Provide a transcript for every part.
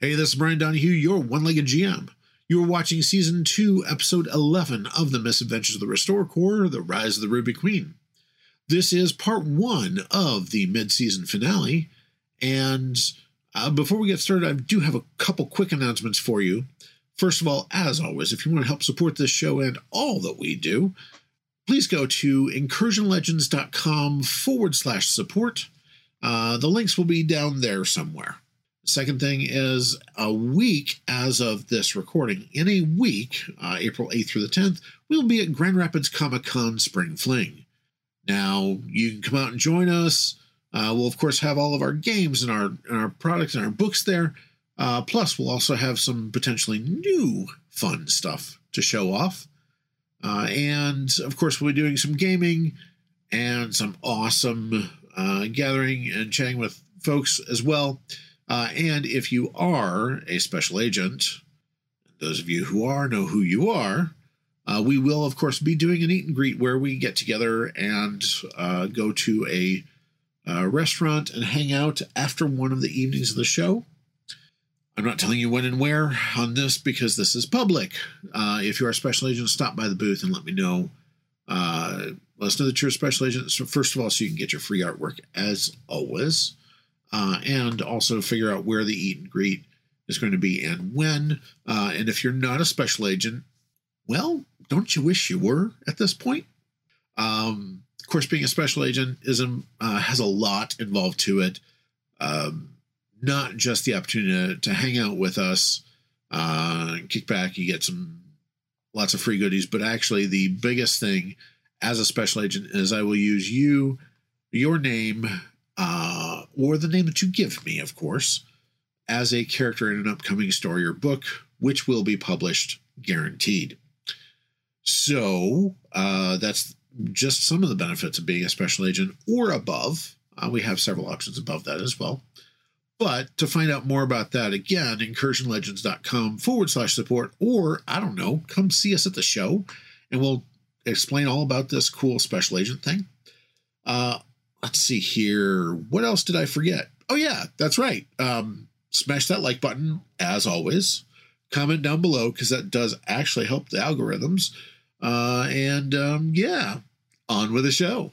Hey, this is Brian Donahue, your one legged GM. You are watching Season 2, Episode 11 of The Misadventures of the Restore Corps The Rise of the Ruby Queen. This is part one of the mid season finale. And uh, before we get started, I do have a couple quick announcements for you. First of all, as always, if you want to help support this show and all that we do, please go to incursionlegends.com forward slash support. Uh, the links will be down there somewhere. Second thing is a week as of this recording. In a week, uh, April 8th through the 10th, we'll be at Grand Rapids Comic Con Spring Fling. Now, you can come out and join us. Uh, we'll, of course, have all of our games and our, and our products and our books there. Uh, plus, we'll also have some potentially new fun stuff to show off. Uh, and of course, we'll be doing some gaming and some awesome uh, gathering and chatting with folks as well. Uh, and if you are a special agent, those of you who are know who you are. Uh, we will, of course, be doing an eat and greet where we get together and uh, go to a uh, restaurant and hang out after one of the evenings of the show. I'm not telling you when and where on this because this is public. Uh, if you are a special agent, stop by the booth and let me know. Uh, let us know that you're a special agent. So first of all, so you can get your free artwork as always, uh, and also figure out where the eat and greet is going to be and when. Uh, and if you're not a special agent, well, don't you wish you were at this point? Um, of course, being a special agent is um, uh, has a lot involved to it. Um, not just the opportunity to, to hang out with us, uh, kick back, you get some lots of free goodies, but actually the biggest thing as a special agent is I will use you, your name, uh, or the name that you give me, of course, as a character in an upcoming story or book, which will be published guaranteed. So uh, that's just some of the benefits of being a special agent or above. Uh, we have several options above that as well. But to find out more about that, again, incursionlegends.com forward slash support, or I don't know, come see us at the show and we'll explain all about this cool special agent thing. Uh, let's see here. What else did I forget? Oh, yeah, that's right. Um, smash that like button, as always. Comment down below because that does actually help the algorithms. Uh, and um, yeah, on with the show.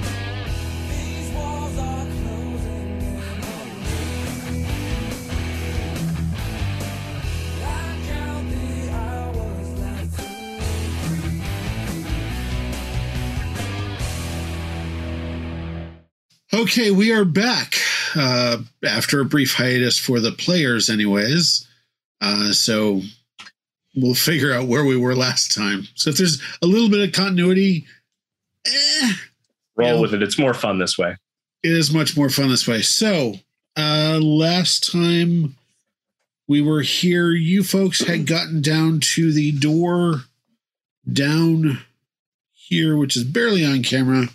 These walls are closing in on me. I count the hours like two, three. Okay, we are back uh, after a brief hiatus for the players, anyways. Uh, so we'll figure out where we were last time. So if there's a little bit of continuity, eh, roll Yeah. with it. It's more fun this way. it is much more fun this way. So uh, last time we were here, you folks had gotten down to the door down here, which is barely on camera.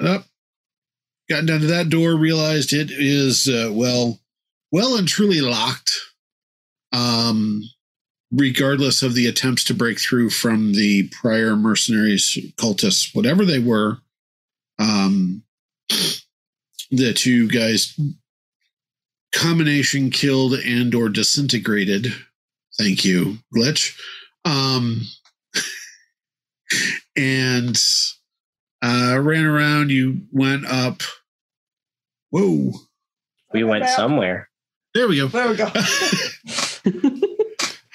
It Up, gotten down to that door, realized it is uh, well, well and truly locked. Um, regardless of the attempts to break through from the prior mercenaries, cultists, whatever they were, um, the two guys combination killed and or disintegrated thank you glitch um and uh ran around you went up whoa We went Well- somewhere. there we go There we go.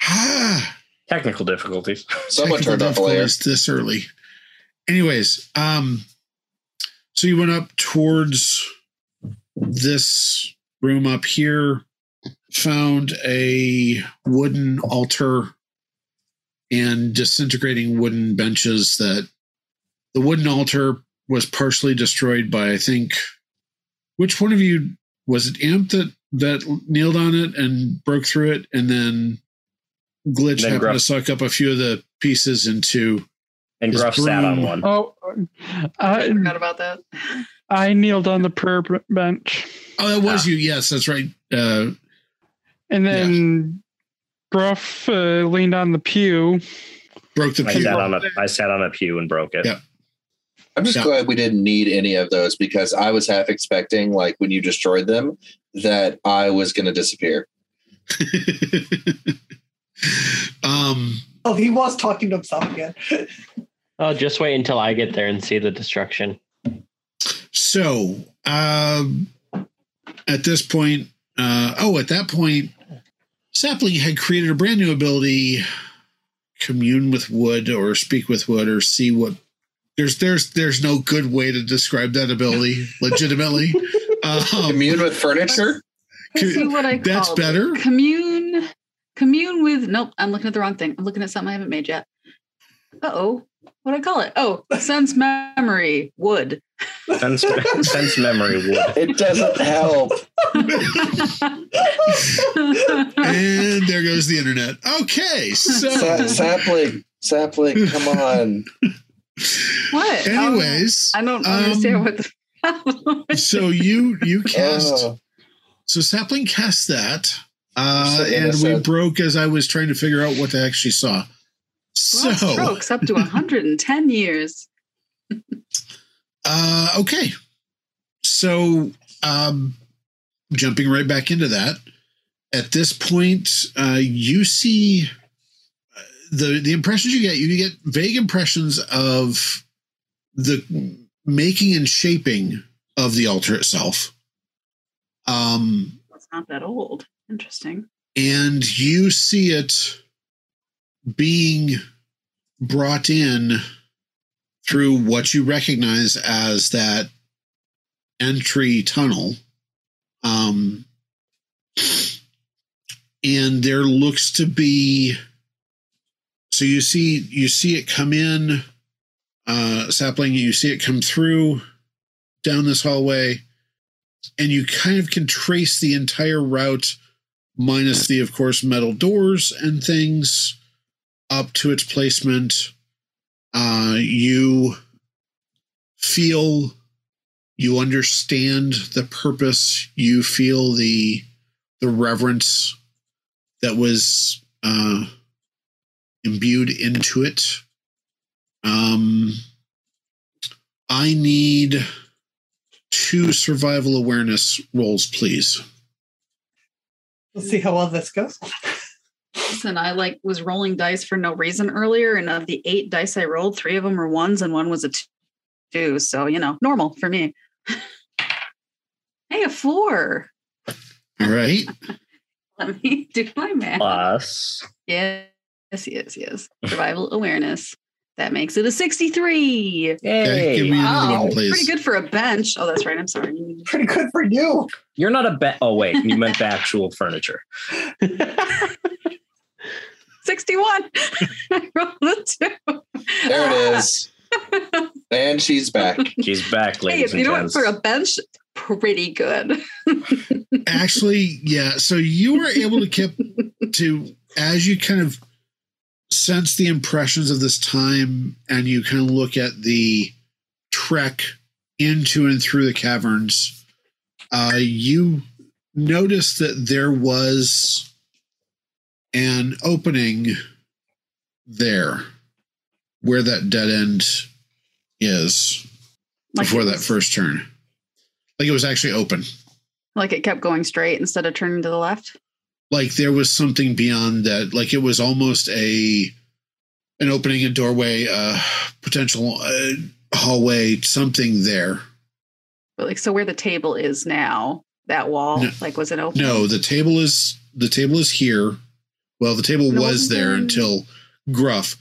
ah, Technical difficulties. Someone technical turned off a layer. difficulties this early anyways um so you went up towards this room up here found a wooden altar and disintegrating wooden benches that the wooden altar was partially destroyed by i think which one of you was it amp that that kneeled on it and broke through it and then glitch Then happened to Gruff. suck up a few of the pieces into And His Gruff sat on broom. one. Oh, I forgot I, about that. I kneeled on the prayer b- bench, Oh, that was Ah. you. Yes, that's right. Uh, and then Gruff uh, leaned on the pew. broke the I pew. sat on a I sat on a pew and broke it. Yeah. I'm just Yeah. glad we didn't need any of those because I was half expecting, like when you destroyed them, that I was going to disappear. um, Oh, he was talking to himself again. Oh, just wait until I get there and see the destruction. so um, at this point, uh, oh, at that point, Sapling had created a brand new ability: commune with wood, or speak with wood, or see what. There's there's there's no good way to describe that ability legitimately. Um, Immune with furniture? Let's Co- see what I that's called it. better. Commune. Commune with. Nope, I'm looking at the wrong thing. I'm looking at something I haven't made yet. Uh oh. What I call it? Oh, sense memory wood. Sense, sense memory would. It doesn't help. and there goes the internet. Okay, so Sa- sapling, sapling, come on. what? anyways, I don't, I don't um, understand what the problem is. so you you cast Oh. so Sapling cast that, uh, You're so and we innocent. broke as I was trying to figure out what the heck she saw. Broad So strokes up to 110 years. uh, okay, so um, jumping right back into that. At this point, uh, you see uh, the the impressions you get. You get vague impressions of the making and shaping of the altar itself. Um, That's not that old. Interesting. and you see it being brought in through what you recognize as that entry tunnel um and there looks to be so you see you see it come in uh sapling you see it come through down this hallway and you kind of can trace the entire route minus the of course metal doors and things up to its placement uh you feel you understand the purpose you feel the the reverence that was uh imbued into it um i need two survival awareness rolls please Let's see how well this goes. Listen, I like was rolling dice for no reason earlier, and of the eight dice I rolled, three of them were ones and one was a t- two. So you know, normal for me. hey, a four. All right. Let me do my math. Plus, yes, yes, yes. Survival awareness. That makes it a sixty-three. Okay, give me another Wow, one, please. pretty good for a bench. Oh, that's right. I'm sorry. Pretty good for you. you're not a bet. Oh wait, you meant the actual furniture. Sixty-one. I rolled a two. There it is. And she's back. She's back, Hey, ladies if you know and what, for a gents. bench, pretty good. Actually, yeah. So you were able to keep to as you kind of sense the impressions of this time and you kind of look at the trek into and through the caverns, uh, you notice that there was an opening there where that dead end is Like before it that was- first turn. Like it was actually open. Like it kept going straight instead of turning to the left. like there was something beyond that like it was almost a an opening a doorway uh potential uh, hallway something there But like so where the table is now, that wall No. like was it open? no the table is the table is here well the table It was wasn't there there. until gruff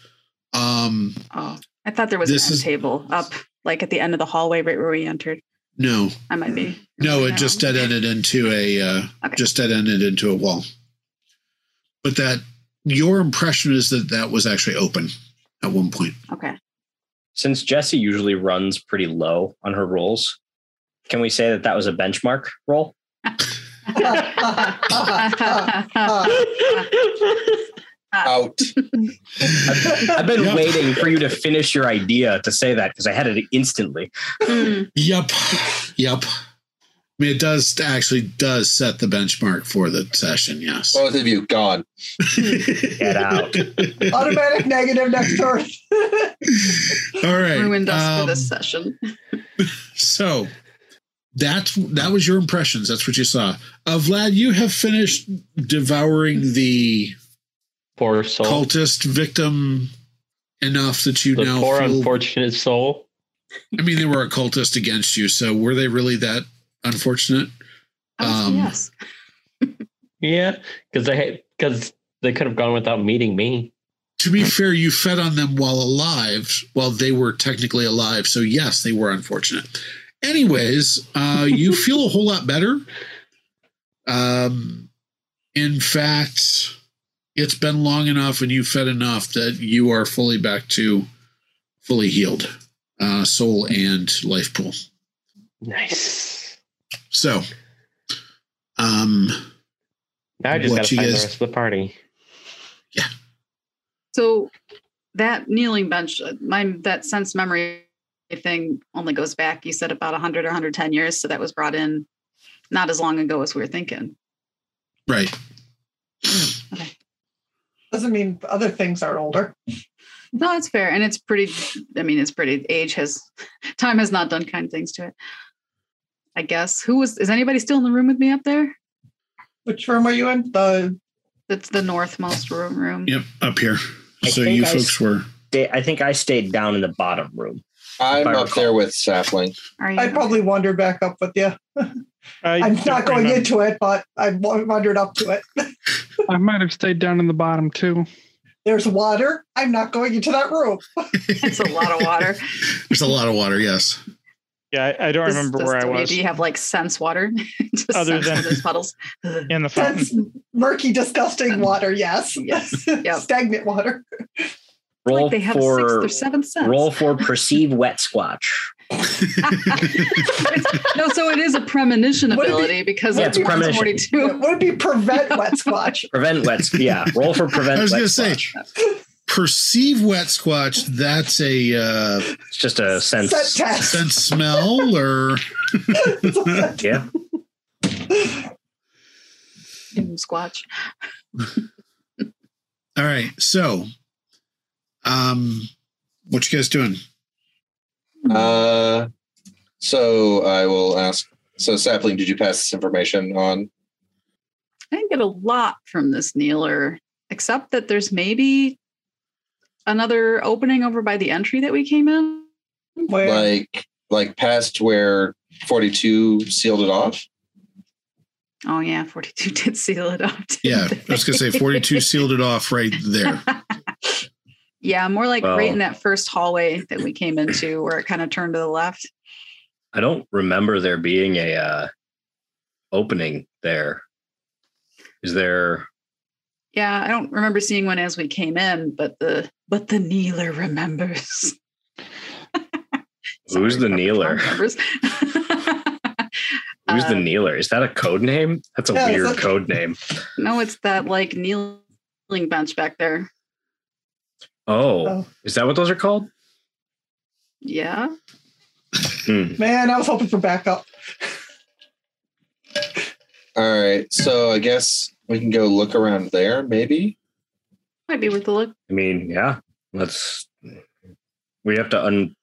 um Oh. I thought there was This an end is- table up like at the end of the hallway right where we entered. no I might be. no it No. just dead ended into a uh Okay. just dead ended into a wall but that your impression is that that was actually open at one point Okay. Since Jesse usually runs pretty low on her rolls, can we say that that was a benchmark roll? Uh, I out. I've been Yep. waiting for you to finish your idea to say that because I had it instantly. Mm. Yep. Yep. I mean, it does actually does set the benchmark for the session. Yes. Both of you gone. Get out. Automatic negative next turn. All right. Ruined us um, for this session. So that's that was your impressions. That's what you saw. Uh, Vlad, you have finished devouring the Poor soul. cultist victim enough that you the now poor feel- unfortunate soul. I mean, they were a cultist against you, so were they really that unfortunate? I would say um, Oh, yes. Yeah, because they because they could have gone without meeting me. To be fair, you fed on them while alive, while they were technically alive. So yes, they were unfortunate. Anyways, uh, you feel a whole lot better. Um, in fact, it's been long enough, and you fed enough that you are fully back to fully healed, uh, soul and life pool. Nice. So, um, Now I just What gotta you find guys- the rest of the party. So that kneeling bench, uh, my that sense memory thing only goes back. You said about 100 or 110 years, so that was brought in not as long ago as we were thinking. right. Doesn't mean other things aren't older. No, it's fair, and it's pretty. I mean, it's pretty. Age has, time has not done kind things to it. I guess. Who was? Is anybody still in the room with me up there? Which room are you in? The That's the northmost room. Room. Yep, up here. I so think you I folks s- were. Stay- I think I stayed down in the bottom room. I'm If I up there with Sapling. Are you? I probably wander back up with you. I'm not going into it, but I wa- wandered up to it. I might have stayed down in the bottom too. There's water. I'm not going into that room. It's a lot of water. There's a lot of water. Yes. Yeah, I, I don't Does- remember does where I WD was have like sense water? Just Other sense than- where there's puddles. in the fountain. That's murky, disgusting water. Yes. Yes. Yep. Stagnant water. Roll like they have a sixth for or seventh sense. roll for perceive wet squatch. no, so it is a premonition Would it be- ability because Yeah, it's it's premonition. premonition. 42. Would it be prevent wet squatch? Prevent wet. Yeah, roll for prevent. I was wet gonna say- squatch. Perceive wet squatch. That's a uh, it's just a sense. Scent test. sense smell or Yeah, Mm, Squatch. all right. So, um, what you guys doing? Uh, so I will ask. So Sapling, did you pass this information on? I didn't get a lot from this kneeler, except that there's maybe another opening over by the entry that we came in. Where Like, like past where 42 sealed it off? Oh yeah, 42 did seal it up. didn't Yeah, they? I was gonna say forty-two sealed it off right there. yeah, more like right Wow. in that first hallway that we came into where it kind of turned to the left. I don't remember there being a uh, opening there. Is there? Yeah, I don't remember seeing one as we came in, but the but the kneeler remembers. Who's the Tom kneeler? Remembers. Who's the Uh, kneeler? Is that a code name? That's a Yeah, it's weird a- code name. No, it's that like kneeling bench back there. Oh, Oh. is that what those are called? Yeah. Hmm. man, I was hoping for backup. All right. So I guess we can go look around there, maybe. Might be worth a look. I mean, yeah. Let's. We have to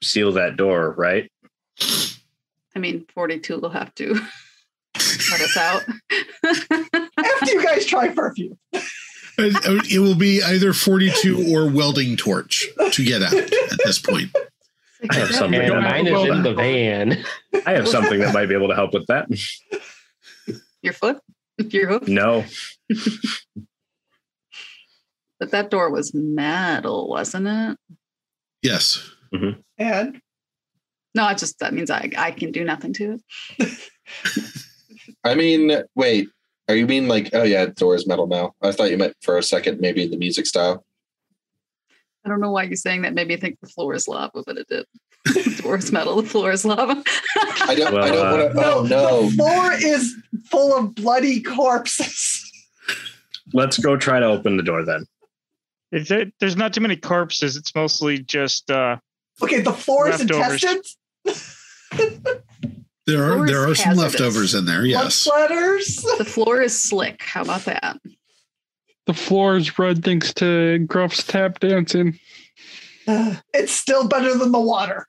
unseal that door, right? I mean, 42 will have to let us out. After you guys try perfume. It it will be either forty-two or welding torch to get out at this point. I have something. And that might mine be is able in to- the van. I have something that might be able to help with that. Your foot? Your hoof? No, But that door was metal, wasn't it? Yes. And No, I just that means I I can do nothing to it. I mean, wait. Are you mean like, oh yeah, doors metal now? I thought you meant for a second, maybe the music style. I don't know why you're saying that made me think the floor is lava, but it did. the door is metal, the floor is lava. I don't, I Well, don't uh, Oh, want to. no, oh no, the floor is full of bloody corpses. Let's go try to open the door then. It's- it- there's not too many corpses. It's mostly just uh, Okay, the floor is Leftovers. intestines, There are Or there are it's some hazardous. leftovers in there. blood Yes, splatters. The floor is slick. How about that? the floor is red thanks to Gruff's tap dancing. It's still better than the water.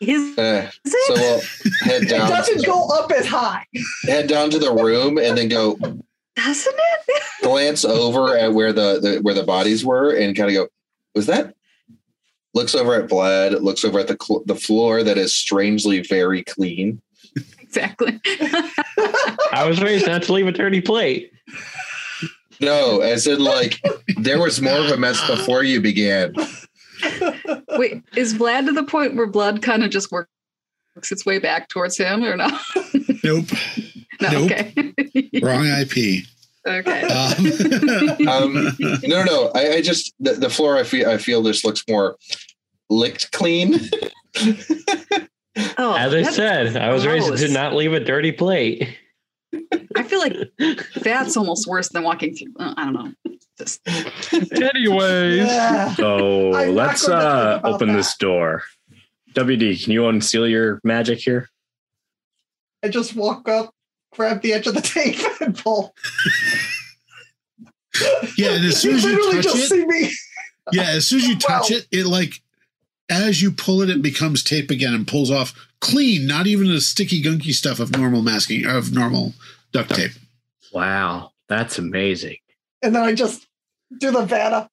Is, Uh, is so it? we'll head It down. doesn't go up as high. head down to the room and then go Doesn't it? glance over at where the, the where the bodies were and kind of go, was that? Looks over at Vlad. Looks over at the cl- the floor that is strangely very clean. exactly. I was raised not to leave a dirty plate. No, as in like there was more of a mess before you began. Wait, is Vlad to the point where blood kind of just works its way back towards him or not? nope, No, Nope. okay. wrong IP. okay. Um, Um, no, no, I, I just the, the floor. I feel I feel this looks more licked clean. Oh, As I that- said, I was raised gross. to not leave a dirty plate. I feel like that's almost worse than walking through. uh, I don't know. Just Anyways, Yeah. So I'm not let's going to uh, think about open that. this door. WD, can you unseal your magic here? I just walk up, grab the edge of the tape, and pull. yeah, and as soon you as literally you touch just it, see me. yeah, as soon as you touch Wow. it, it like as you pull it, it becomes tape again and pulls off clean. Not even the sticky gunky stuff of normal masking of normal duct tape. Wow, that's amazing. And then I just do the Vanna.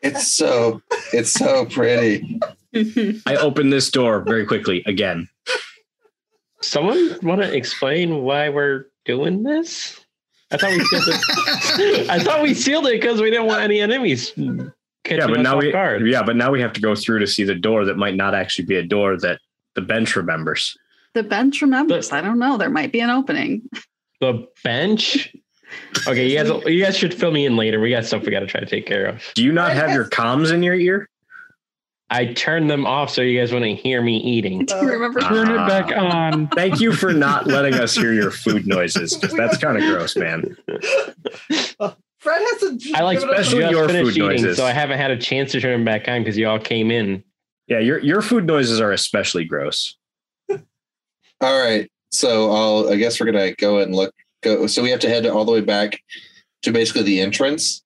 It's so it's so pretty. I open this door very quickly again. Someone want to explain why we're doing this? I thought we sealed it. I thought we sealed it because we didn't want any enemies. Catching yeah, but us now off we guard. yeah, but now we have to go through to see the door that might not actually be a door that the bench remembers. the bench remembers. I don't know. There might be an opening. The bench. Okay, you guys, you guys should fill me in later. We got stuff we got to try to take care of. Do you not have your comms in your ear? I turned them off so you guys wouldn't hear me eating. Do you remember? Uh, turn it back on. Thank you for not letting us hear your food noises because that's kind of gross, man. Fred hasn't. I like given us special- just your food finished eating, noises. so I haven't had a chance to turn them back on because you all came in. Yeah, your your food noises are especially gross. All right, so I'll I guess we're gonna go and look. Go. So we have to head all the way back to basically the entrance.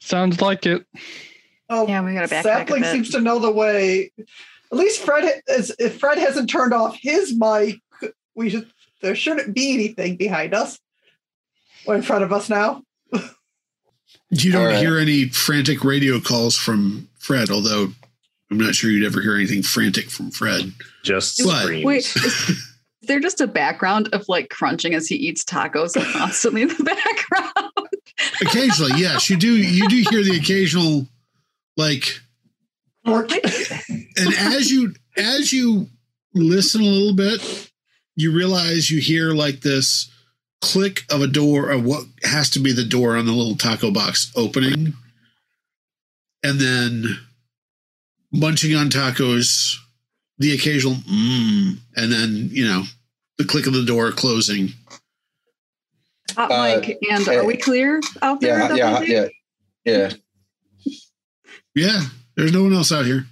Sounds like it. Oh, Yeah, we got to back back a Sapling bit. seems to know the way. At least Fred ha- is. If Fred hasn't turned off his mic, we should. There shouldn't be anything behind us or in front of us now. You don't All right. hear any frantic radio calls from Fred, although I'm not sure you'd ever hear anything frantic from Fred. Just What? screams. Wait, is, is there just a background of like crunching as he eats tacos constantly in the background? Occasionally, yes, you do. You do hear the occasional, like, Or- and as you as you listen a little bit, you realize you hear like this click of a door of what has to be the door on the little taco box opening, and then munching on tacos, the occasional mmm, and then you know the click of the door closing. Hot Uh, mic, and are we clear out there? Yeah, yeah, WD? yeah, yeah. Yeah, there's no one else out here.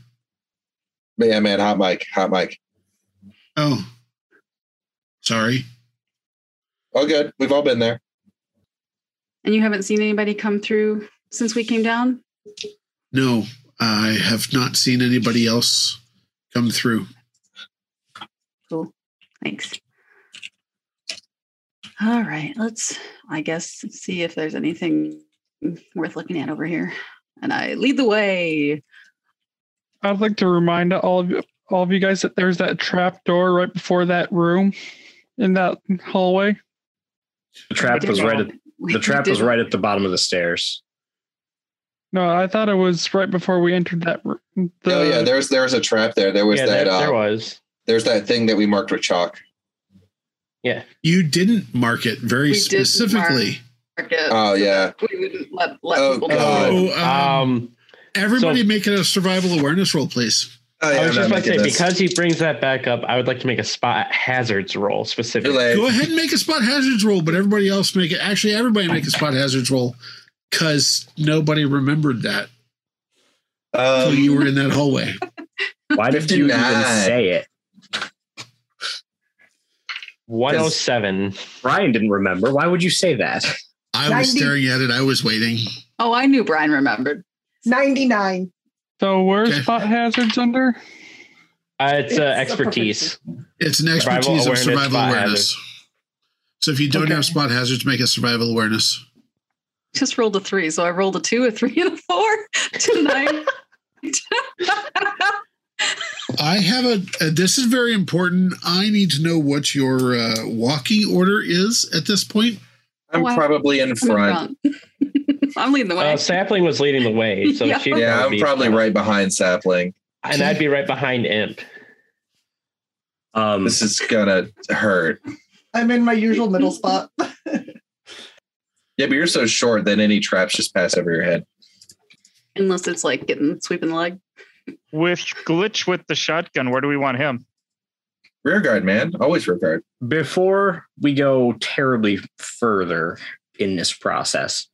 But yeah, man, hot mic, hot mic. Oh, sorry. Oh, good. We've all been there. And you haven't seen anybody come through since we came down? No, I have not seen anybody else come through. Thanks. All right, let's, I guess, see if there's anything worth looking at over here. And I lead the way. I'd like to remind all of you, all of you guys that there's that trap door right before that room in that hallway. The trap was right at the trap was right at the bottom of the stairs. No, I thought it was right before we entered that room. oh yeah, there's there's a trap there. There was yeah, that. there, uh, there was. There's that thing that we marked with chalk. You didn't mark it very We did mark- specifically. Oh yeah. we wouldn't let, let Oh, people God. know. Oh, um, Um, everybody make a survival awareness roll, please. Oh, yeah, I was I'm just not about to say making this. because he brings that back up, I would like to make a spot hazards roll specifically. Delay. Go ahead and make a spot hazards roll, but everybody else make it. Actually, everybody make a spot hazards roll because nobody remembered that until Um, you were in that hallway. Why did you even 59. say it? One oh seven. Brian didn't remember. Why would you say that? I was 90. staring at it. I was waiting. Oh, I knew Brian remembered. 99. So where's Okay. spot hazards under? Uh, it's It's uh, a expertise. It's an Survival expertise of awareness, survival spot awareness. So if you don't Okay. have spot hazards, make a survival awareness. Just rolled a three, so I rolled a two, a three, and a four tonight. I have a, uh This is very important. I need to know what your uh, walking order is at this point. I'm Wow. probably in I'm, in front. front. I'm leading the way. Uh, Sapling was leading the way, so Yeah. she. Yeah, I'm be- probably right behind Sapling. and I'd be right behind Imp. Um, Hmm. This is gonna hurt. I'm in my usual middle spot. Yeah, but you're so short that any traps just pass over your head. Unless it's like getting sweeping the leg. With glitch with the shotgun, where do we want him? Rear guard, man. Always rear guard. before we go terribly further in this process,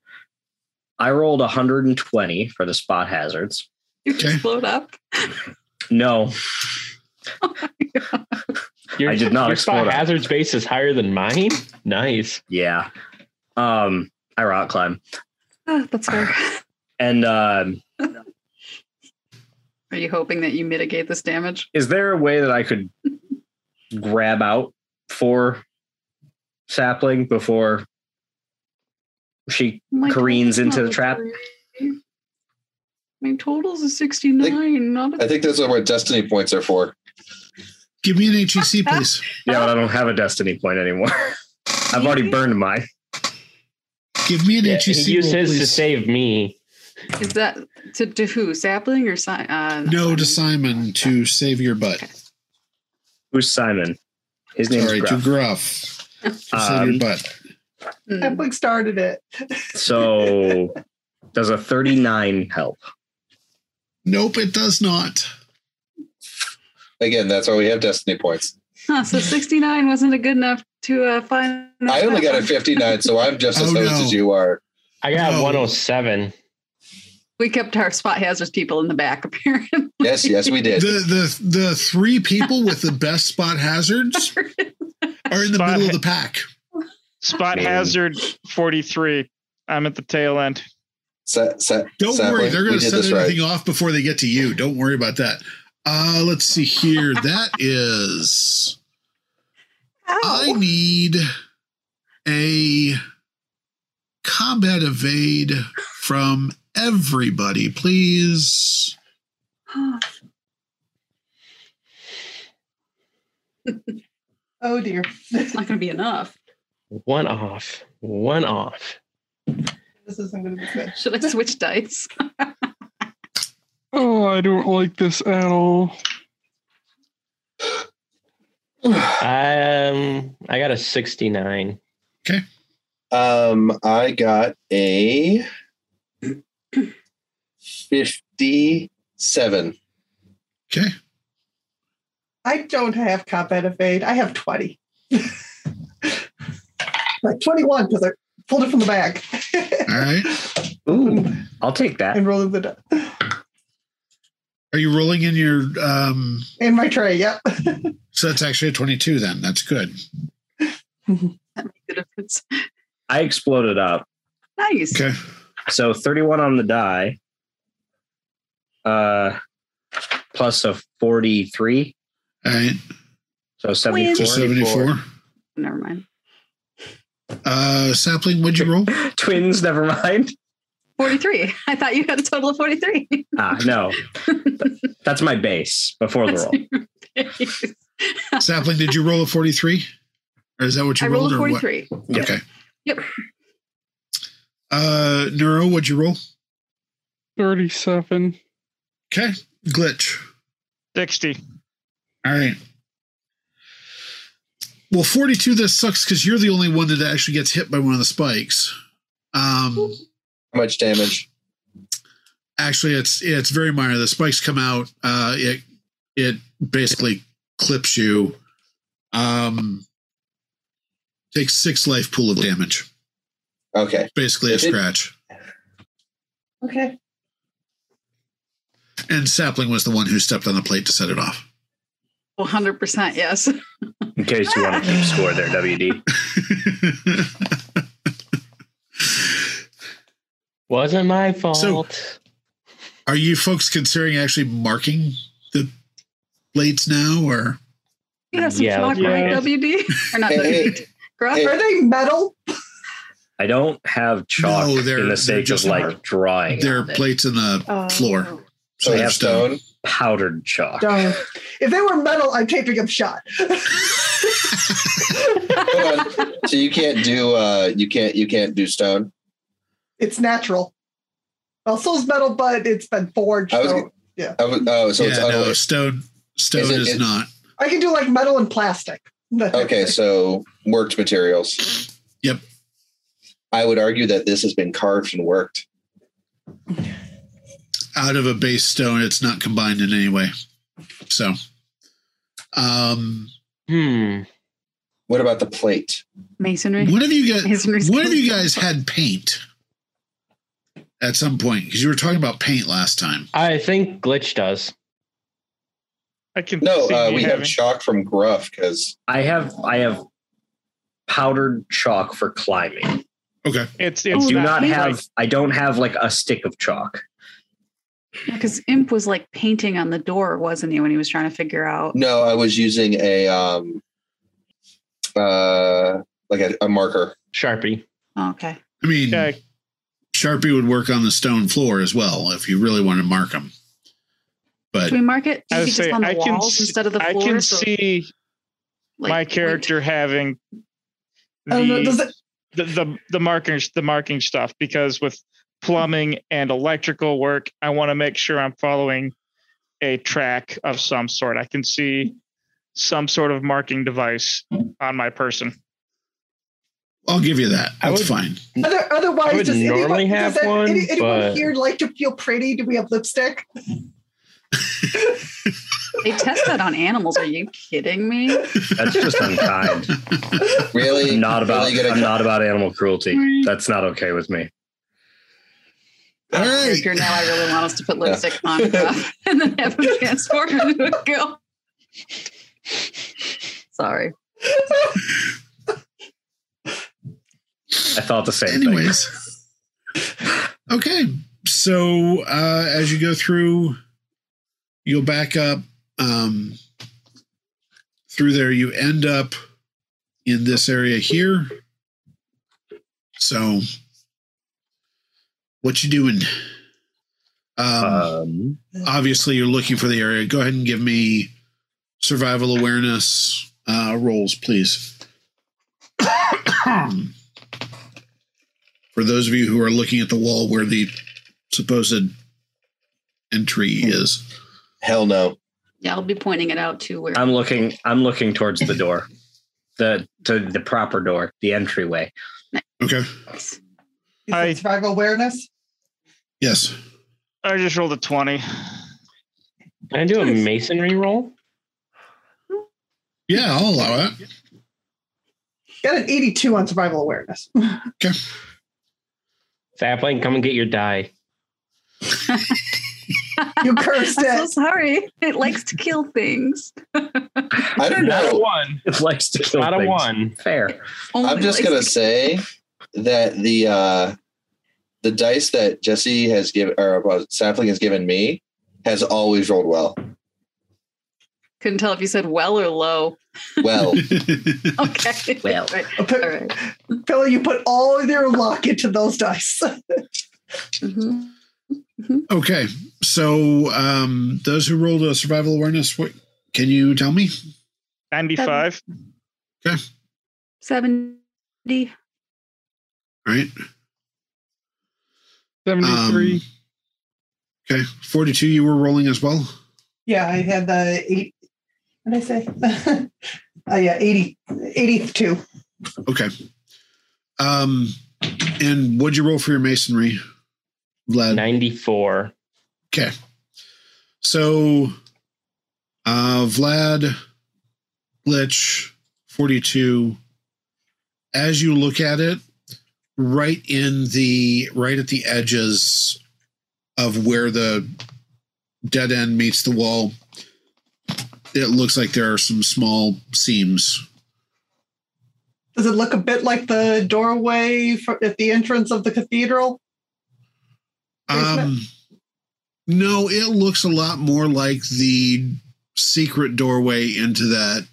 I rolled 120 for the spot hazards. You Okay. just float up. No, Your, I did not Your spot explode it. hazards base is higher than mine. Nice. yeah. Um, I rock climb. Ah, that's fair. And um, Are you hoping that you mitigate this damage? is there a way that I could grab out for Sapling before she? My Careens total's into not the a trap. three. My totals is 69. Not a I think that's what destiny points are for. Give me an HEC, please. Yeah, but I don't have a destiny point anymore. I've already burned mine. Give me an Yeah, HEC. he used roll, his to please. save me. Is that to, to who? Sapling or si- uh, No to Simon to save your butt. Who's Simon? His name Sorry, is to Gruff. Gruff. To save Um, your butt. Hmm. Netflix started it. So does a 39 help? Nope, it does not. Again, that's why we have destiny points. Huh, Hmm. so 69 wasn't a good enough to uh, find. I only got a 59, so I'm just as Oh, hosed no. as you are. I got No. 107. We kept our spot hazards people in the back, apparently. Yes, yes, we The did. the the three people with the best spot hazards are in the Spot middle of ha- the pack. Spot Man. hazard 43. I'm at the tail end. Sa- sa- Don't Sapling, worry, they're we going to did set this right. everything off before they get to you. Don't worry about that. Uh, let's see here. That is. Oh. I need a combat evade from everybody, please. Oh dear. it's not going to be enough. One off. One off. This isn't going to be good. Should I switch dice? Oh, I don't like this at all. Um, I got a 69. Um, I got a 57. Okay. I don't have combat evade. I have 20. like 21 because I pulled it from the bag All right. Ooh, I'll take that. and rolling the di- Are you rolling in your. Um, in my tray. Yep. so that's actually a 22 then. That's good. That makes a difference. I exploded up. Nice. Okay. So 31 on the die. Uh plus a 43. All right. So So 74. 74. Never mind. Uh, sapling, what'd you roll? Twins, never mind. 43. I thought you had a total of 43. Ah, no. That's my base before the roll. sapling, did you roll a 43? Or is that what you I rolled a rolled or what? 43. Yep. Okay. Yep. Uh, Neuro, what'd you roll? 37. Okay. Glitch. 60. All right. Well, 42, this sucks because you're the only one that actually gets hit by one of the spikes. Um, How much damage? actually, it's it's very minor. The spikes come out. Uh, it it basically clips you. Um, takes six life pool of damage. Okay. Basically a Is it- scratch. Okay. And Sapling was the one who stepped on the plate to set it off. 100% yes. In case you want to keep score there, WD. Wasn't my fault. Are you folks considering actually marking the plates now, or You have some Yeah, chalk, right, yeah. WD? Or not Uh, Hey, hey, WD. Gruff? hey. Are they metal? I don't have chalk No, they're- in they're the sake of just like marked. drawing. there are on it. plates in the Oh. Um, floor? So So they're have stone. stone. powdered chalk. Darn. If they were metal, I'm taping them shot. Hold on. so you can't do uh you can't you can't do stone. It's natural. Well, soul's metal, but it's been forged. I was- so I would- oh, so yeah, it's no, unrelated. stone. Stone Is is, it- it- not. I can do like metal and plastic. Okay, so worked materials. Yep. I would argue that this has been carved and worked. out of a base stone. It's not combined in any way. So, um, Hmm. What about the plate? Masonry. one of you guys, Masonry one of school. you guys had paint at some point because you were talking about paint last time. I think Glitch does. I can No, see uh, me we have having- chalk from Gruff because I have I have powdered chalk for climbing. Okay, it's I it's do not like- have I don't have like a stick of chalk. Because Imp was like painting on the door, wasn't he, when he was trying to figure out? no, I was using a um uh like a, a marker. Sharpie. Oh, okay. I mean, yeah, Sharpie would work on the stone floor as well if you really want to mark them. But Do we mark it? I Is would he just say on the I can walls s- instead of the I floor? can So, see like, my like- character having I don't know, Um, does the, it, the, the the marking the marking stuff because with plumbing and electrical work, I want to make sure I'm following a track of some sort. I can see some sort of marking device on my person. I'll give you that. I That's would- fine. other, otherwise, I would does normally anyone, have does that- one, any- anyone but- here like to feel pretty? Do we have lipstick? They test that on animals. Are you kidding me? That's just unkind. Really? I'm not about really gonna I'm not about animal cruelty. That's not okay with me. All right. Character Oh, now, I really want us to put lipstick on Gruff and then have him transform into a girl. Sorry. I thought the same thing. Anyways. okay. So uh, as you go through, you'll back up um, through there. You end up in this area here. So, what you doing? Um, Um, obviously, you're looking for the area. Go ahead and give me survival awareness uh, rolls, please. for those of you who are looking at the wall where the supposed entry is. Hell no. Yeah, I'll be pointing it out too. Uh, Where I'm looking I'm looking towards the door. The to the proper door, the entryway. Okay. Is I- it survival awareness? Yes. I just rolled a twenty. Can I do a masonry roll? Yeah, I'll allow it. Got an 82 on survival awareness. Sapling, come and get your die. You cursed I'm so it. sorry. It likes to kill things. I don't Not a know. one. It likes to kill Not a things. one. Fair. Only I'm just likes gonna to- say that the uh the dice that Jesse has given or uh, Sapling has given me has always rolled well. Couldn't tell if you said well or low. Well, Okay. Well. Right. All P- right. Philly, you put all of your luck into those dice. Mhm. okay. So um those who rolled a survival awareness, what can you tell me? Ninety-five. 70. All right. 73. Um, okay. 42 you were rolling as well. Yeah, I had the eight. What did I say? uh, yeah, 80, 82. Okay. Um and what'd you roll for your masonry, Uh, Vlad? 94. So, Uh, Vlad Glitch 42. As you look at it, right in the right at the edges of where the dead end meets the wall, it looks like there are some small seams. Does it look a bit like the doorway fr- at the entrance of the cathedral? Um, no, it looks a lot more like the secret doorway into that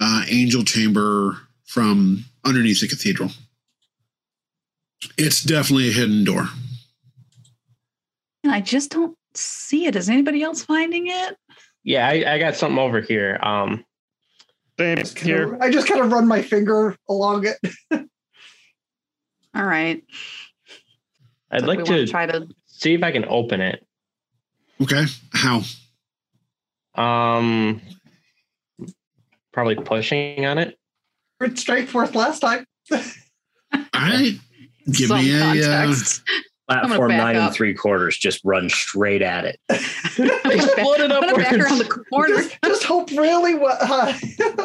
uh, angel chamber from underneath the cathedral. It's definitely a hidden door. And I just don't see it. Is anybody else finding it? Yeah, I, I got something over here. Um, Same here. I just kind of run my finger along it. All right. I'd So like we wanna to try to. see if I can open it. Okay, how? Um, probably pushing on it. Pretty straightforward last time. All right, give some me a, uh, context. Platform back nine up. and three quarters just run straight at it. Exploded I'm gonna back upwards. around the corner. Just, just hope really well.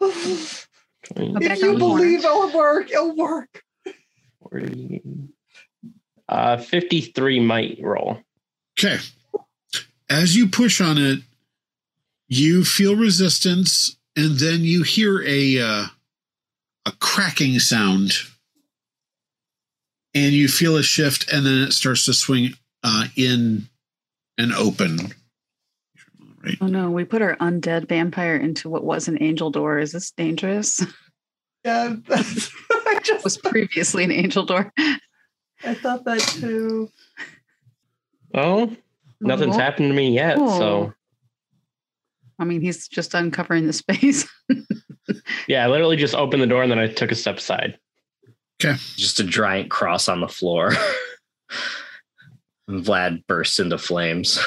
if Back you around the corner. believe it'll work, it'll work. 40, uh, 53 might roll. Okay. As you push on it, you feel resistance, and then you hear a uh, a cracking sound, and you feel a shift, and then it starts to swing uh, in and open. Right. Oh no, we put our undead vampire into what was an angel door. Is this dangerous? It Yeah, that's- I just was previously an angel door. I thought that too. Well, nothing's Oh. happened to me yet. So, Oh. I mean, he's just uncovering the space. yeah, I literally just opened the door and then I took a step aside. Just a giant cross on the floor. And Vlad bursts into flames.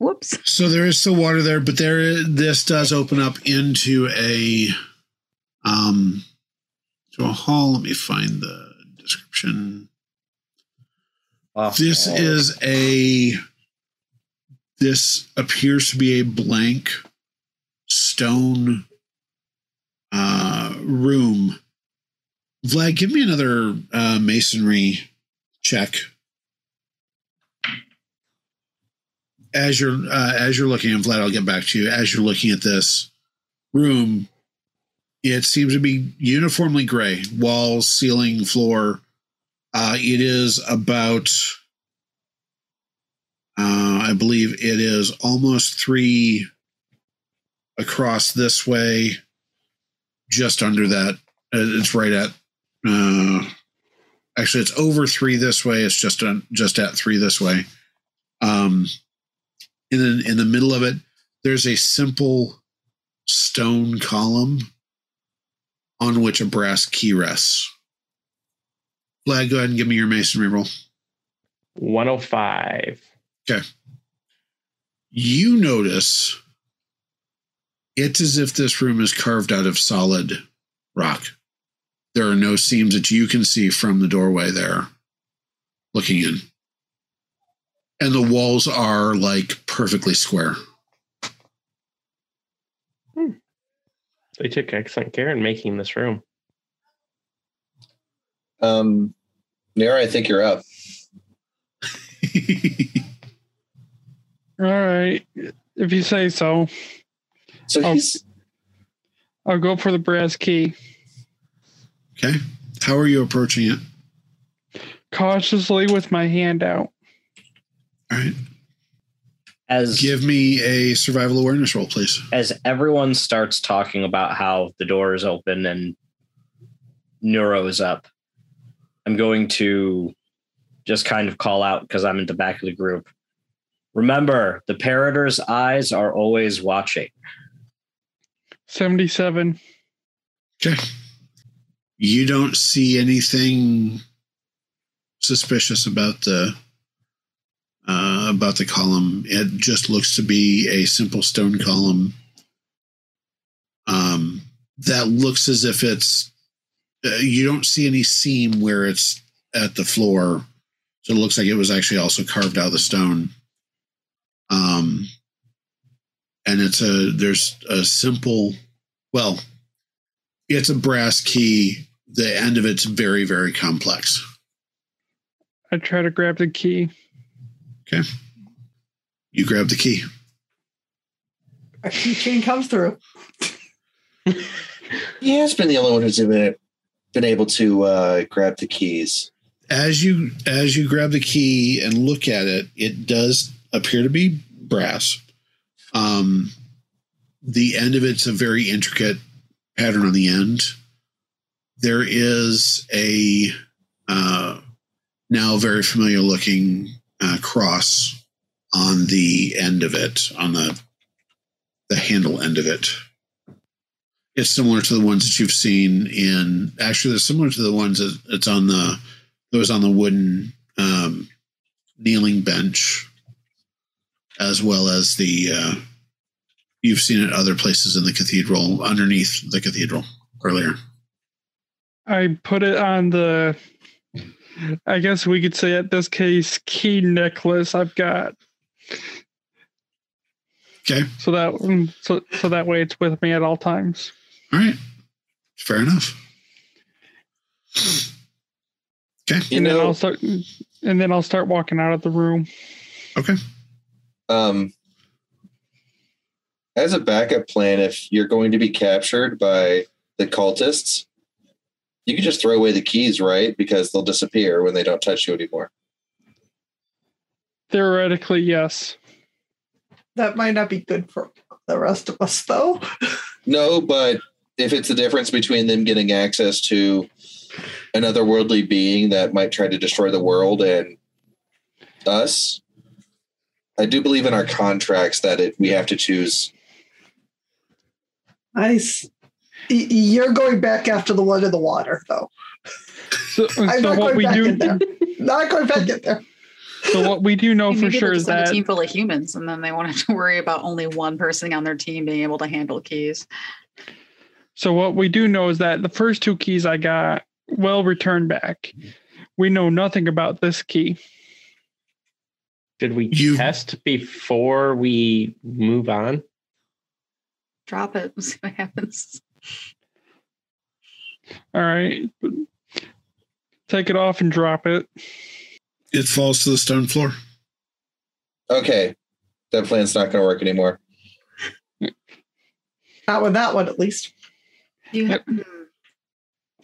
Whoops. So there is still water there, but there i- this does open up into a um to a hall. Let me find the description. This is a. This appears to be a blank stone uh, room. Vlad, give me another uh, masonry check. As you're uh, as you're looking, and Vlad, I'll get back to you. As you're looking at this room, it seems to be uniformly gray walls, ceiling, floor. Uh, it is about, uh, I believe it is almost three across this way, just under that. Uh, It's right at, uh, actually, it's over three this way. It's just on, just at three this way. Um, and then in the middle of it, there's a simple stone column on which a brass key rests. Vlad, go ahead and give me your masonry roll. 105. You notice it's as if this room is carved out of solid rock. There are no seams that you can see from the doorway there looking in. And the walls are like perfectly square. They took excellent care in making this room. Um, Nara, I think you're up. All right. If you say so, So Oh. he's I'll go for the brass key. okay. How are you approaching it? Cautiously with my hand out. All right. As Give me a survival awareness roll, please. as everyone starts talking about how the door is open and neuro is up, I'm going to just kind of call out because I'm in the back of the group. Remember, the parroter's eyes are always watching. 77. Okay. You don't see anything suspicious about the uh, about the column. It just looks to be a simple stone column. Um, that looks as if it's. Uh, you don't see any seam where it's at the floor, so it looks like it was actually also carved out of the stone. Um, and it's a there's a simple, well, it's a brass key. The end of it's very very complex. I try to grab the key. You grab the key. A keychain comes through. He has been the only one who's been, been able to uh, grab the keys. as you as you grab the key and look at it, it does appear to be brass. Um, the end of it's a very intricate pattern on the end. There is a uh, now very familiar looking uh, cross on the end of it, on the the handle end of it. It's similar to the ones that you've seen in. Actually, it's similar to the ones that it's on the that was on the wooden um, kneeling bench, as well as the uh, you've seen it other places in the cathedral underneath the cathedral earlier. I put it on the. I guess we could say at this case key necklace I've got. Okay. So that mm, so so that way it's with me at all times. All right, fair enough. Okay. You and then know, I'll start and then I'll start walking out of the room. um, as a backup plan, if you're going to be captured by the cultists, you can just throw away the keys, right? Because they'll disappear when they don't touch you anymore. Theoretically, yes. That might not be good for the rest of us, though. No, but if it's the difference between them getting access to another worldly being that might try to destroy the world and us, I do believe in our contracts that it, we have to choose. Nice. Y- You're going back after the one in the water, though. So, I'm so not what going we back do in there. Not going back in there. so what we do know Maybe Oh, for they'll sure is just have that a team full of humans, and then they won't have to worry about only one person on their team being able to handle keys. So what we do know is that the first two keys I got will return back. We know nothing about this key. Did we You- test before we move on? Drop it and see what happens. All right. Take it off and drop it. It falls to the stone floor. Okay, that plan's not going to work anymore. Not with that one, at least. You Yep. Hmm.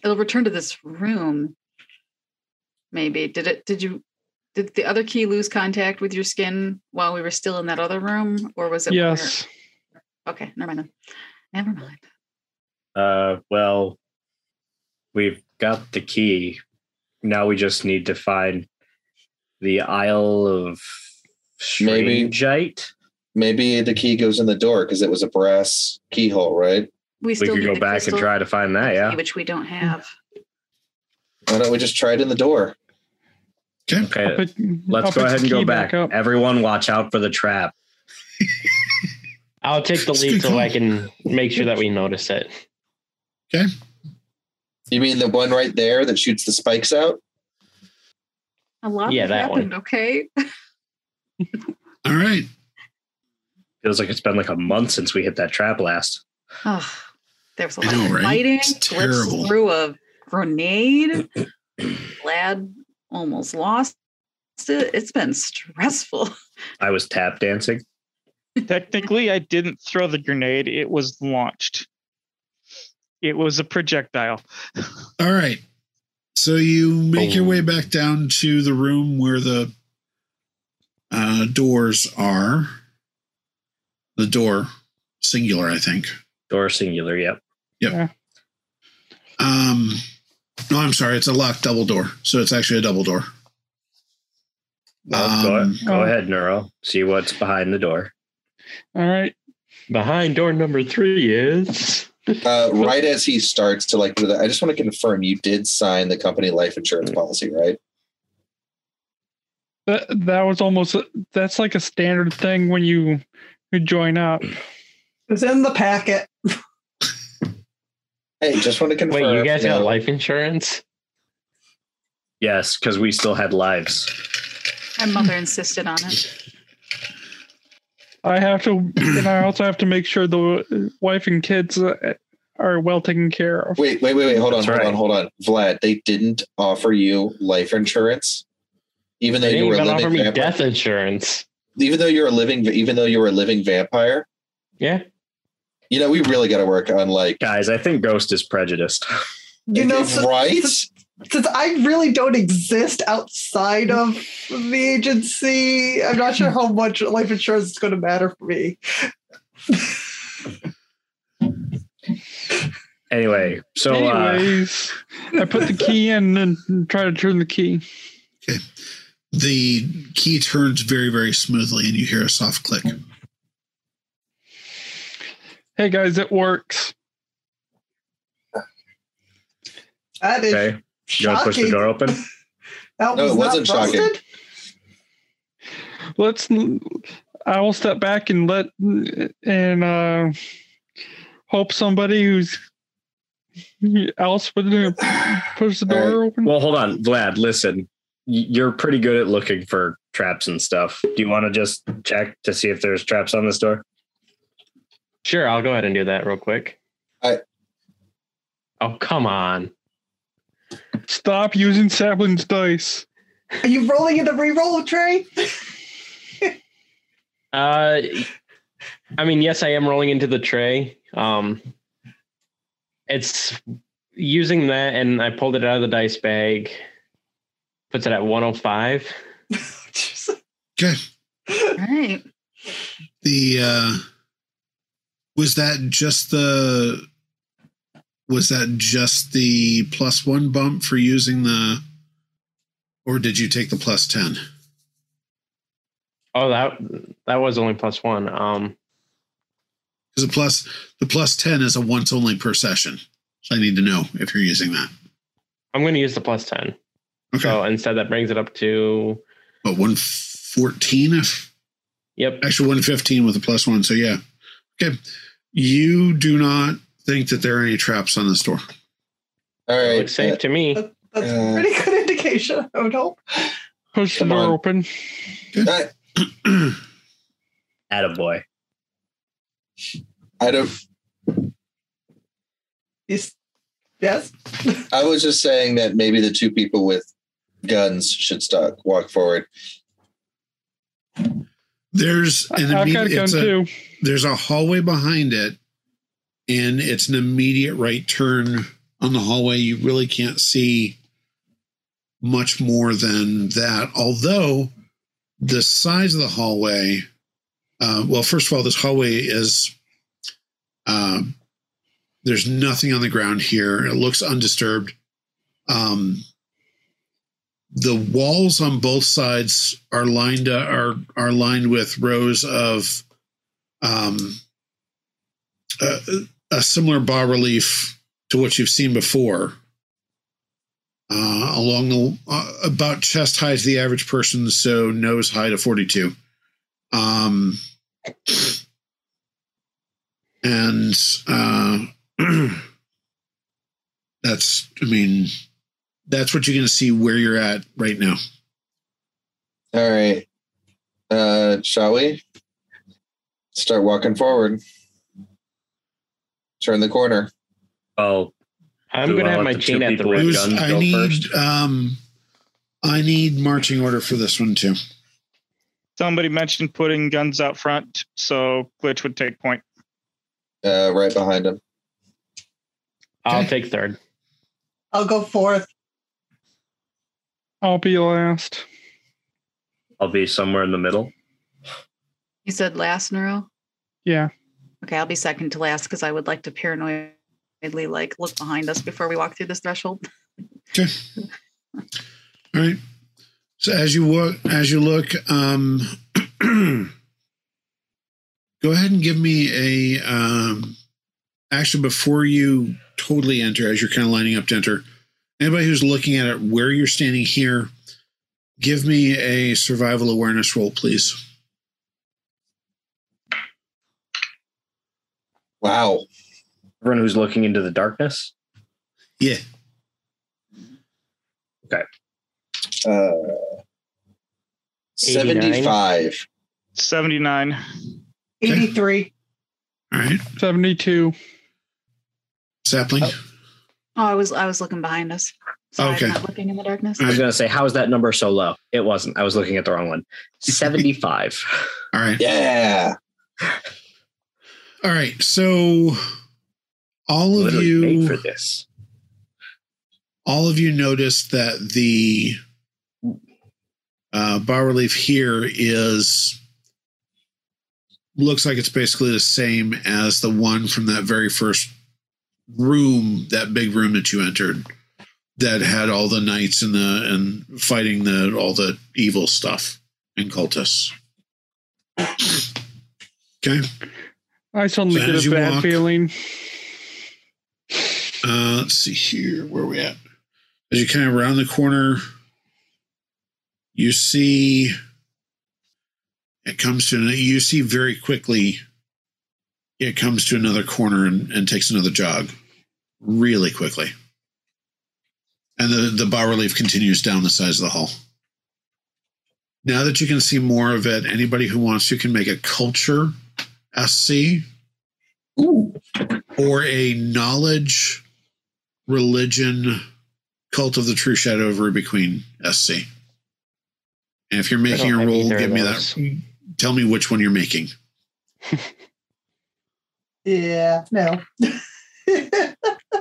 it'll return to this room. Maybe did it? Did you? Did the other key lose contact with your skin while we were still in that other room, or was it? where- Yes. Okay, never mind. Then. Never mind. Uh, well, we've got the key. Now we just need to find the Isle of Maybe. Strangeite. Maybe the key goes in the door because it was a brass keyhole, right? We We still could need go the back crystal and try to find that. key, Yeah. which we don't have. Why don't we just try it in the door? Okay. But Let's go ahead and go back. up. Everyone, watch out for the trap. I'll take the lead so I can make sure that we notice it. You mean the one right there that shoots the spikes out? A lot Yeah, yeah, that one. happened. Okay, All right. Feels like it's been like a month since we hit that trap last. oh, there was a I lot know, of right? fighting. It's Glitched terrible. Through a grenade, lad almost lost it. It's been stressful. I was tap dancing. Technically, I didn't throw the grenade, it was launched. It was a projectile. All right. So you make your Boom. way back down to the room where the uh, doors are. The door, singular, I think. Door singular. Yep. Um, no, I'm sorry. It's a locked double door. So it's actually a double door. Well, go, Um, go Oh. ahead, Neuro. See what's behind the door. All right. Behind door number three is Uh, right as he starts to like, do that, I just want to confirm you did sign the company life insurance Mm. policy, right? That that was almost that's like a standard thing when you you join up. It was in the packet. Hey, just want to confirm. wait, you guys got no. life insurance? Yes, because we still had lives. My mother insisted on it. I have to, and I also have to make sure the wife and kids uh, are well taken care of. Wait, wait, wait, wait. Hold on, That's hold right. on, hold on. Vlad, they didn't offer you life insurance, even though They you didn't were a even offer living me vampire. death insurance. Even though you're a living, even though you were a living vampire. Yeah. You know, we really got to work on like, Guys, I think Ghost is prejudiced. You know, so- right? since I really don't exist outside of the agency, I'm not sure how much life insurance is going to matter for me. anyway, so uh, Anyways, I put the key in and try to turn the key. The key turns very, very smoothly, and you hear a soft click. Hey guys, it works. That is okay, you want to push shocking. the door open? That No, it was wasn't not shocking. busted? Let's. I will step back and let and uh, hope somebody who's else would push the door open. Well, hold on, Vlad. Listen, Y- you're pretty good at looking for traps and stuff. Do you want to just check to see if there's traps on this door? Sure, I'll go ahead and do that real quick. I- Oh come on. Stop using Sapling's dice. Are you rolling in the reroll tray? Uh I mean, yes, I am rolling into the tray. Um it's using that and I pulled it out of the dice bag. Puts it at 105. Okay. All right. The uh, was that just the was that just the plus one bump for using the, or did you take the plus ten? Oh, that that was only plus one. Um Because the plus the plus ten is a once only per session. So I need to know if you're using that. I'm gonna use the plus 10. Okay, So instead that brings it up to but one fourteen if yep. actually 115 with a plus one so yeah okay you do not think that there are any traps on this door All right. Looks safe to me. That's Uh, a pretty good indication, I would hope. Push the Come door on. open. uh, I- Attaboy. I don't. Yes. Yes. I was just saying that maybe the two people with guns should stop, walk forward. there's an I've got immediate a gun it's a- too. there's a hallway behind it and it's an immediate right turn on the hallway you really can't see much more than that although the size of the hallway uh, well first of all this hallway is um, there's nothing on the ground here it looks undisturbed um, the walls on both sides are lined uh, are are lined with rows of um, a, a similar bas relief to what you've seen before, uh, along the uh, about chest high to the average person, so nose high to forty-two, um, and uh, that's I mean that's what you're going to see where you're at right now. All right. Uh, shall we? Start walking forward. Turn the corner. Oh, I'm Do I gonna have let my the two chain at the people with ready. Who's- guns I go need first? um, I need marching order for this one too. Somebody mentioned putting guns out front, so glitch would take point. Uh, right behind him. I'll Okay. take third. I'll go forth. I'll be last. I'll be somewhere in the middle. You said last, Neuro? Yeah. Okay, I'll be second to last because I would like to paranoidly like look behind us before we walk through this threshold. All right. So as you look, as you look, um, go ahead and give me a um, actually before you totally enter, as you're kind of lining up to enter. Anybody who's looking at it, where you're standing here, give me a survival awareness roll, please. Wow. Everyone who's looking into the darkness. Yeah. Uh, 89. 75. 79. 83. All right. 72. Sapling. Oh, I was I was looking behind us. Sorry, Okay. I'm not looking in the darkness. I All was right. going to say, how is that number so low? It wasn't. I was looking at the wrong one. 75. All right. Yeah. All right. So all of Literally made for you this. all of you noticed that the uh, bas relief here is looks like it's basically the same as the one from that very first room, that big room that you entered, that had all the knights and the and fighting the all the evil stuff and cultists. Okay. I suddenly So as get a you bad walk- feeling. Uh, let's see here. Where are we at? As you kind of round the corner, you see it comes to you see very quickly it comes to another corner and, and takes another jog really quickly. And the, the bas relief continues down the sides of the hall. Now that you can see more of it, anybody who wants to can make a culture SC Ooh. or a knowledge religion cult of the true shadow of ruby queen sc and if you're making don't a have roll either give of me those. that tell me which one you're making Yeah, no.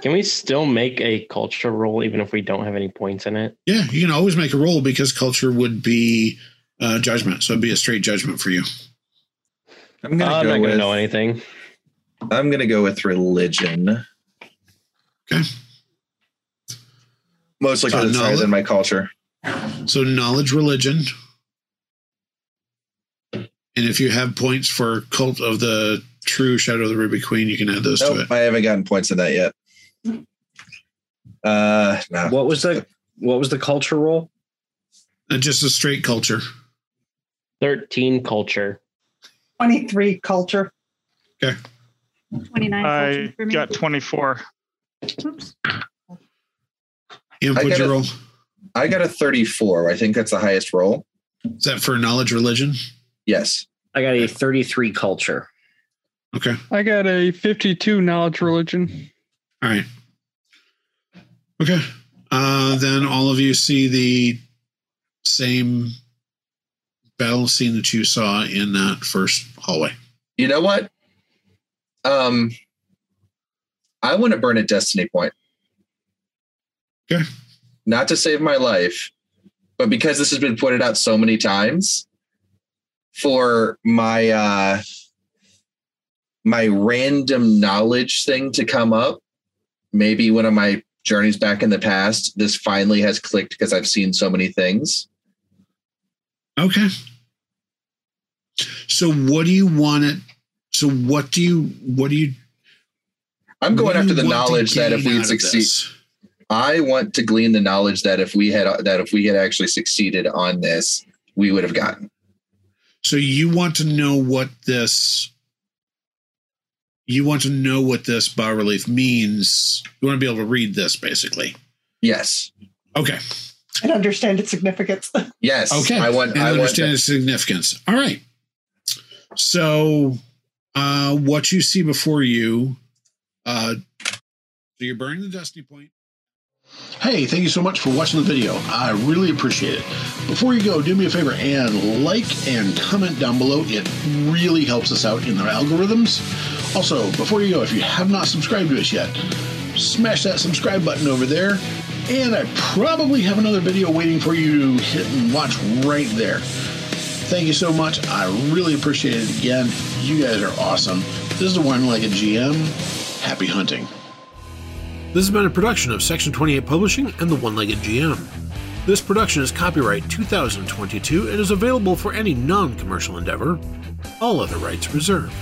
Can we still make a culture roll even if we don't have any points in it? yeah you can always make a roll because culture would be uh, judgment so it'd be a straight judgment for you I'm Uh, gonna go I'm not going to with know anything. I'm gonna go with religion. Okay. Mostly So because it's higher knowledge- than my culture. so knowledge religion and if you have points for cult of the true shadow of the ruby queen you can add those to Nope, it I haven't gotten points in that yet. Uh, no. What was the what was the culture roll? Uh, just a straight culture 13 culture. 23 culture. 29 I fortune for me. got 24. Oops. and I what'd you gotta- roll I got a 34. I think that's the highest roll. is that for knowledge religion Yes. I got a 33 culture. okay I got a 52 knowledge religion. All right. Okay. Uh, then all of you see the same battle scene that you saw in that first hallway. You know what? Um, I want to burn a destiny point. Okay. Not to save my life, but because this has been pointed out so many times for my uh my random knowledge thing to come up, maybe one of my journeys back in the past, this finally has clicked because I've seen so many things. Okay. So what do you want it? So what do you what do you I'm what going do after you the want to knowledge that if gain out we of succeed this? I want to glean the knowledge that if we had that if we had actually succeeded on this, we would have gotten. So you want to know what this you want to know what this bas relief means. You want to be able to read this basically. Yes. Okay. And understand its significance. Yes. Okay. I want and I want understand its significance. All right. So, uh, what you see before you, uh, so you're burning the destiny point. Hey, thank you so much for watching the video. I really appreciate it. Before you go, do me a favor and like and comment down below. It really helps us out in the algorithms. Also, before you go, if you have not subscribed to us yet, smash that subscribe button over there. And I probably have another video waiting for you to hit and watch right there. Thank you so much. I really appreciate it again. You guys are awesome. This is the one like a GM. Happy hunting. This has been a production of Section 28 Publishing and the One Legged GM. This production is copyright 2022 and is available for any non commercial endeavor, all other rights reserved.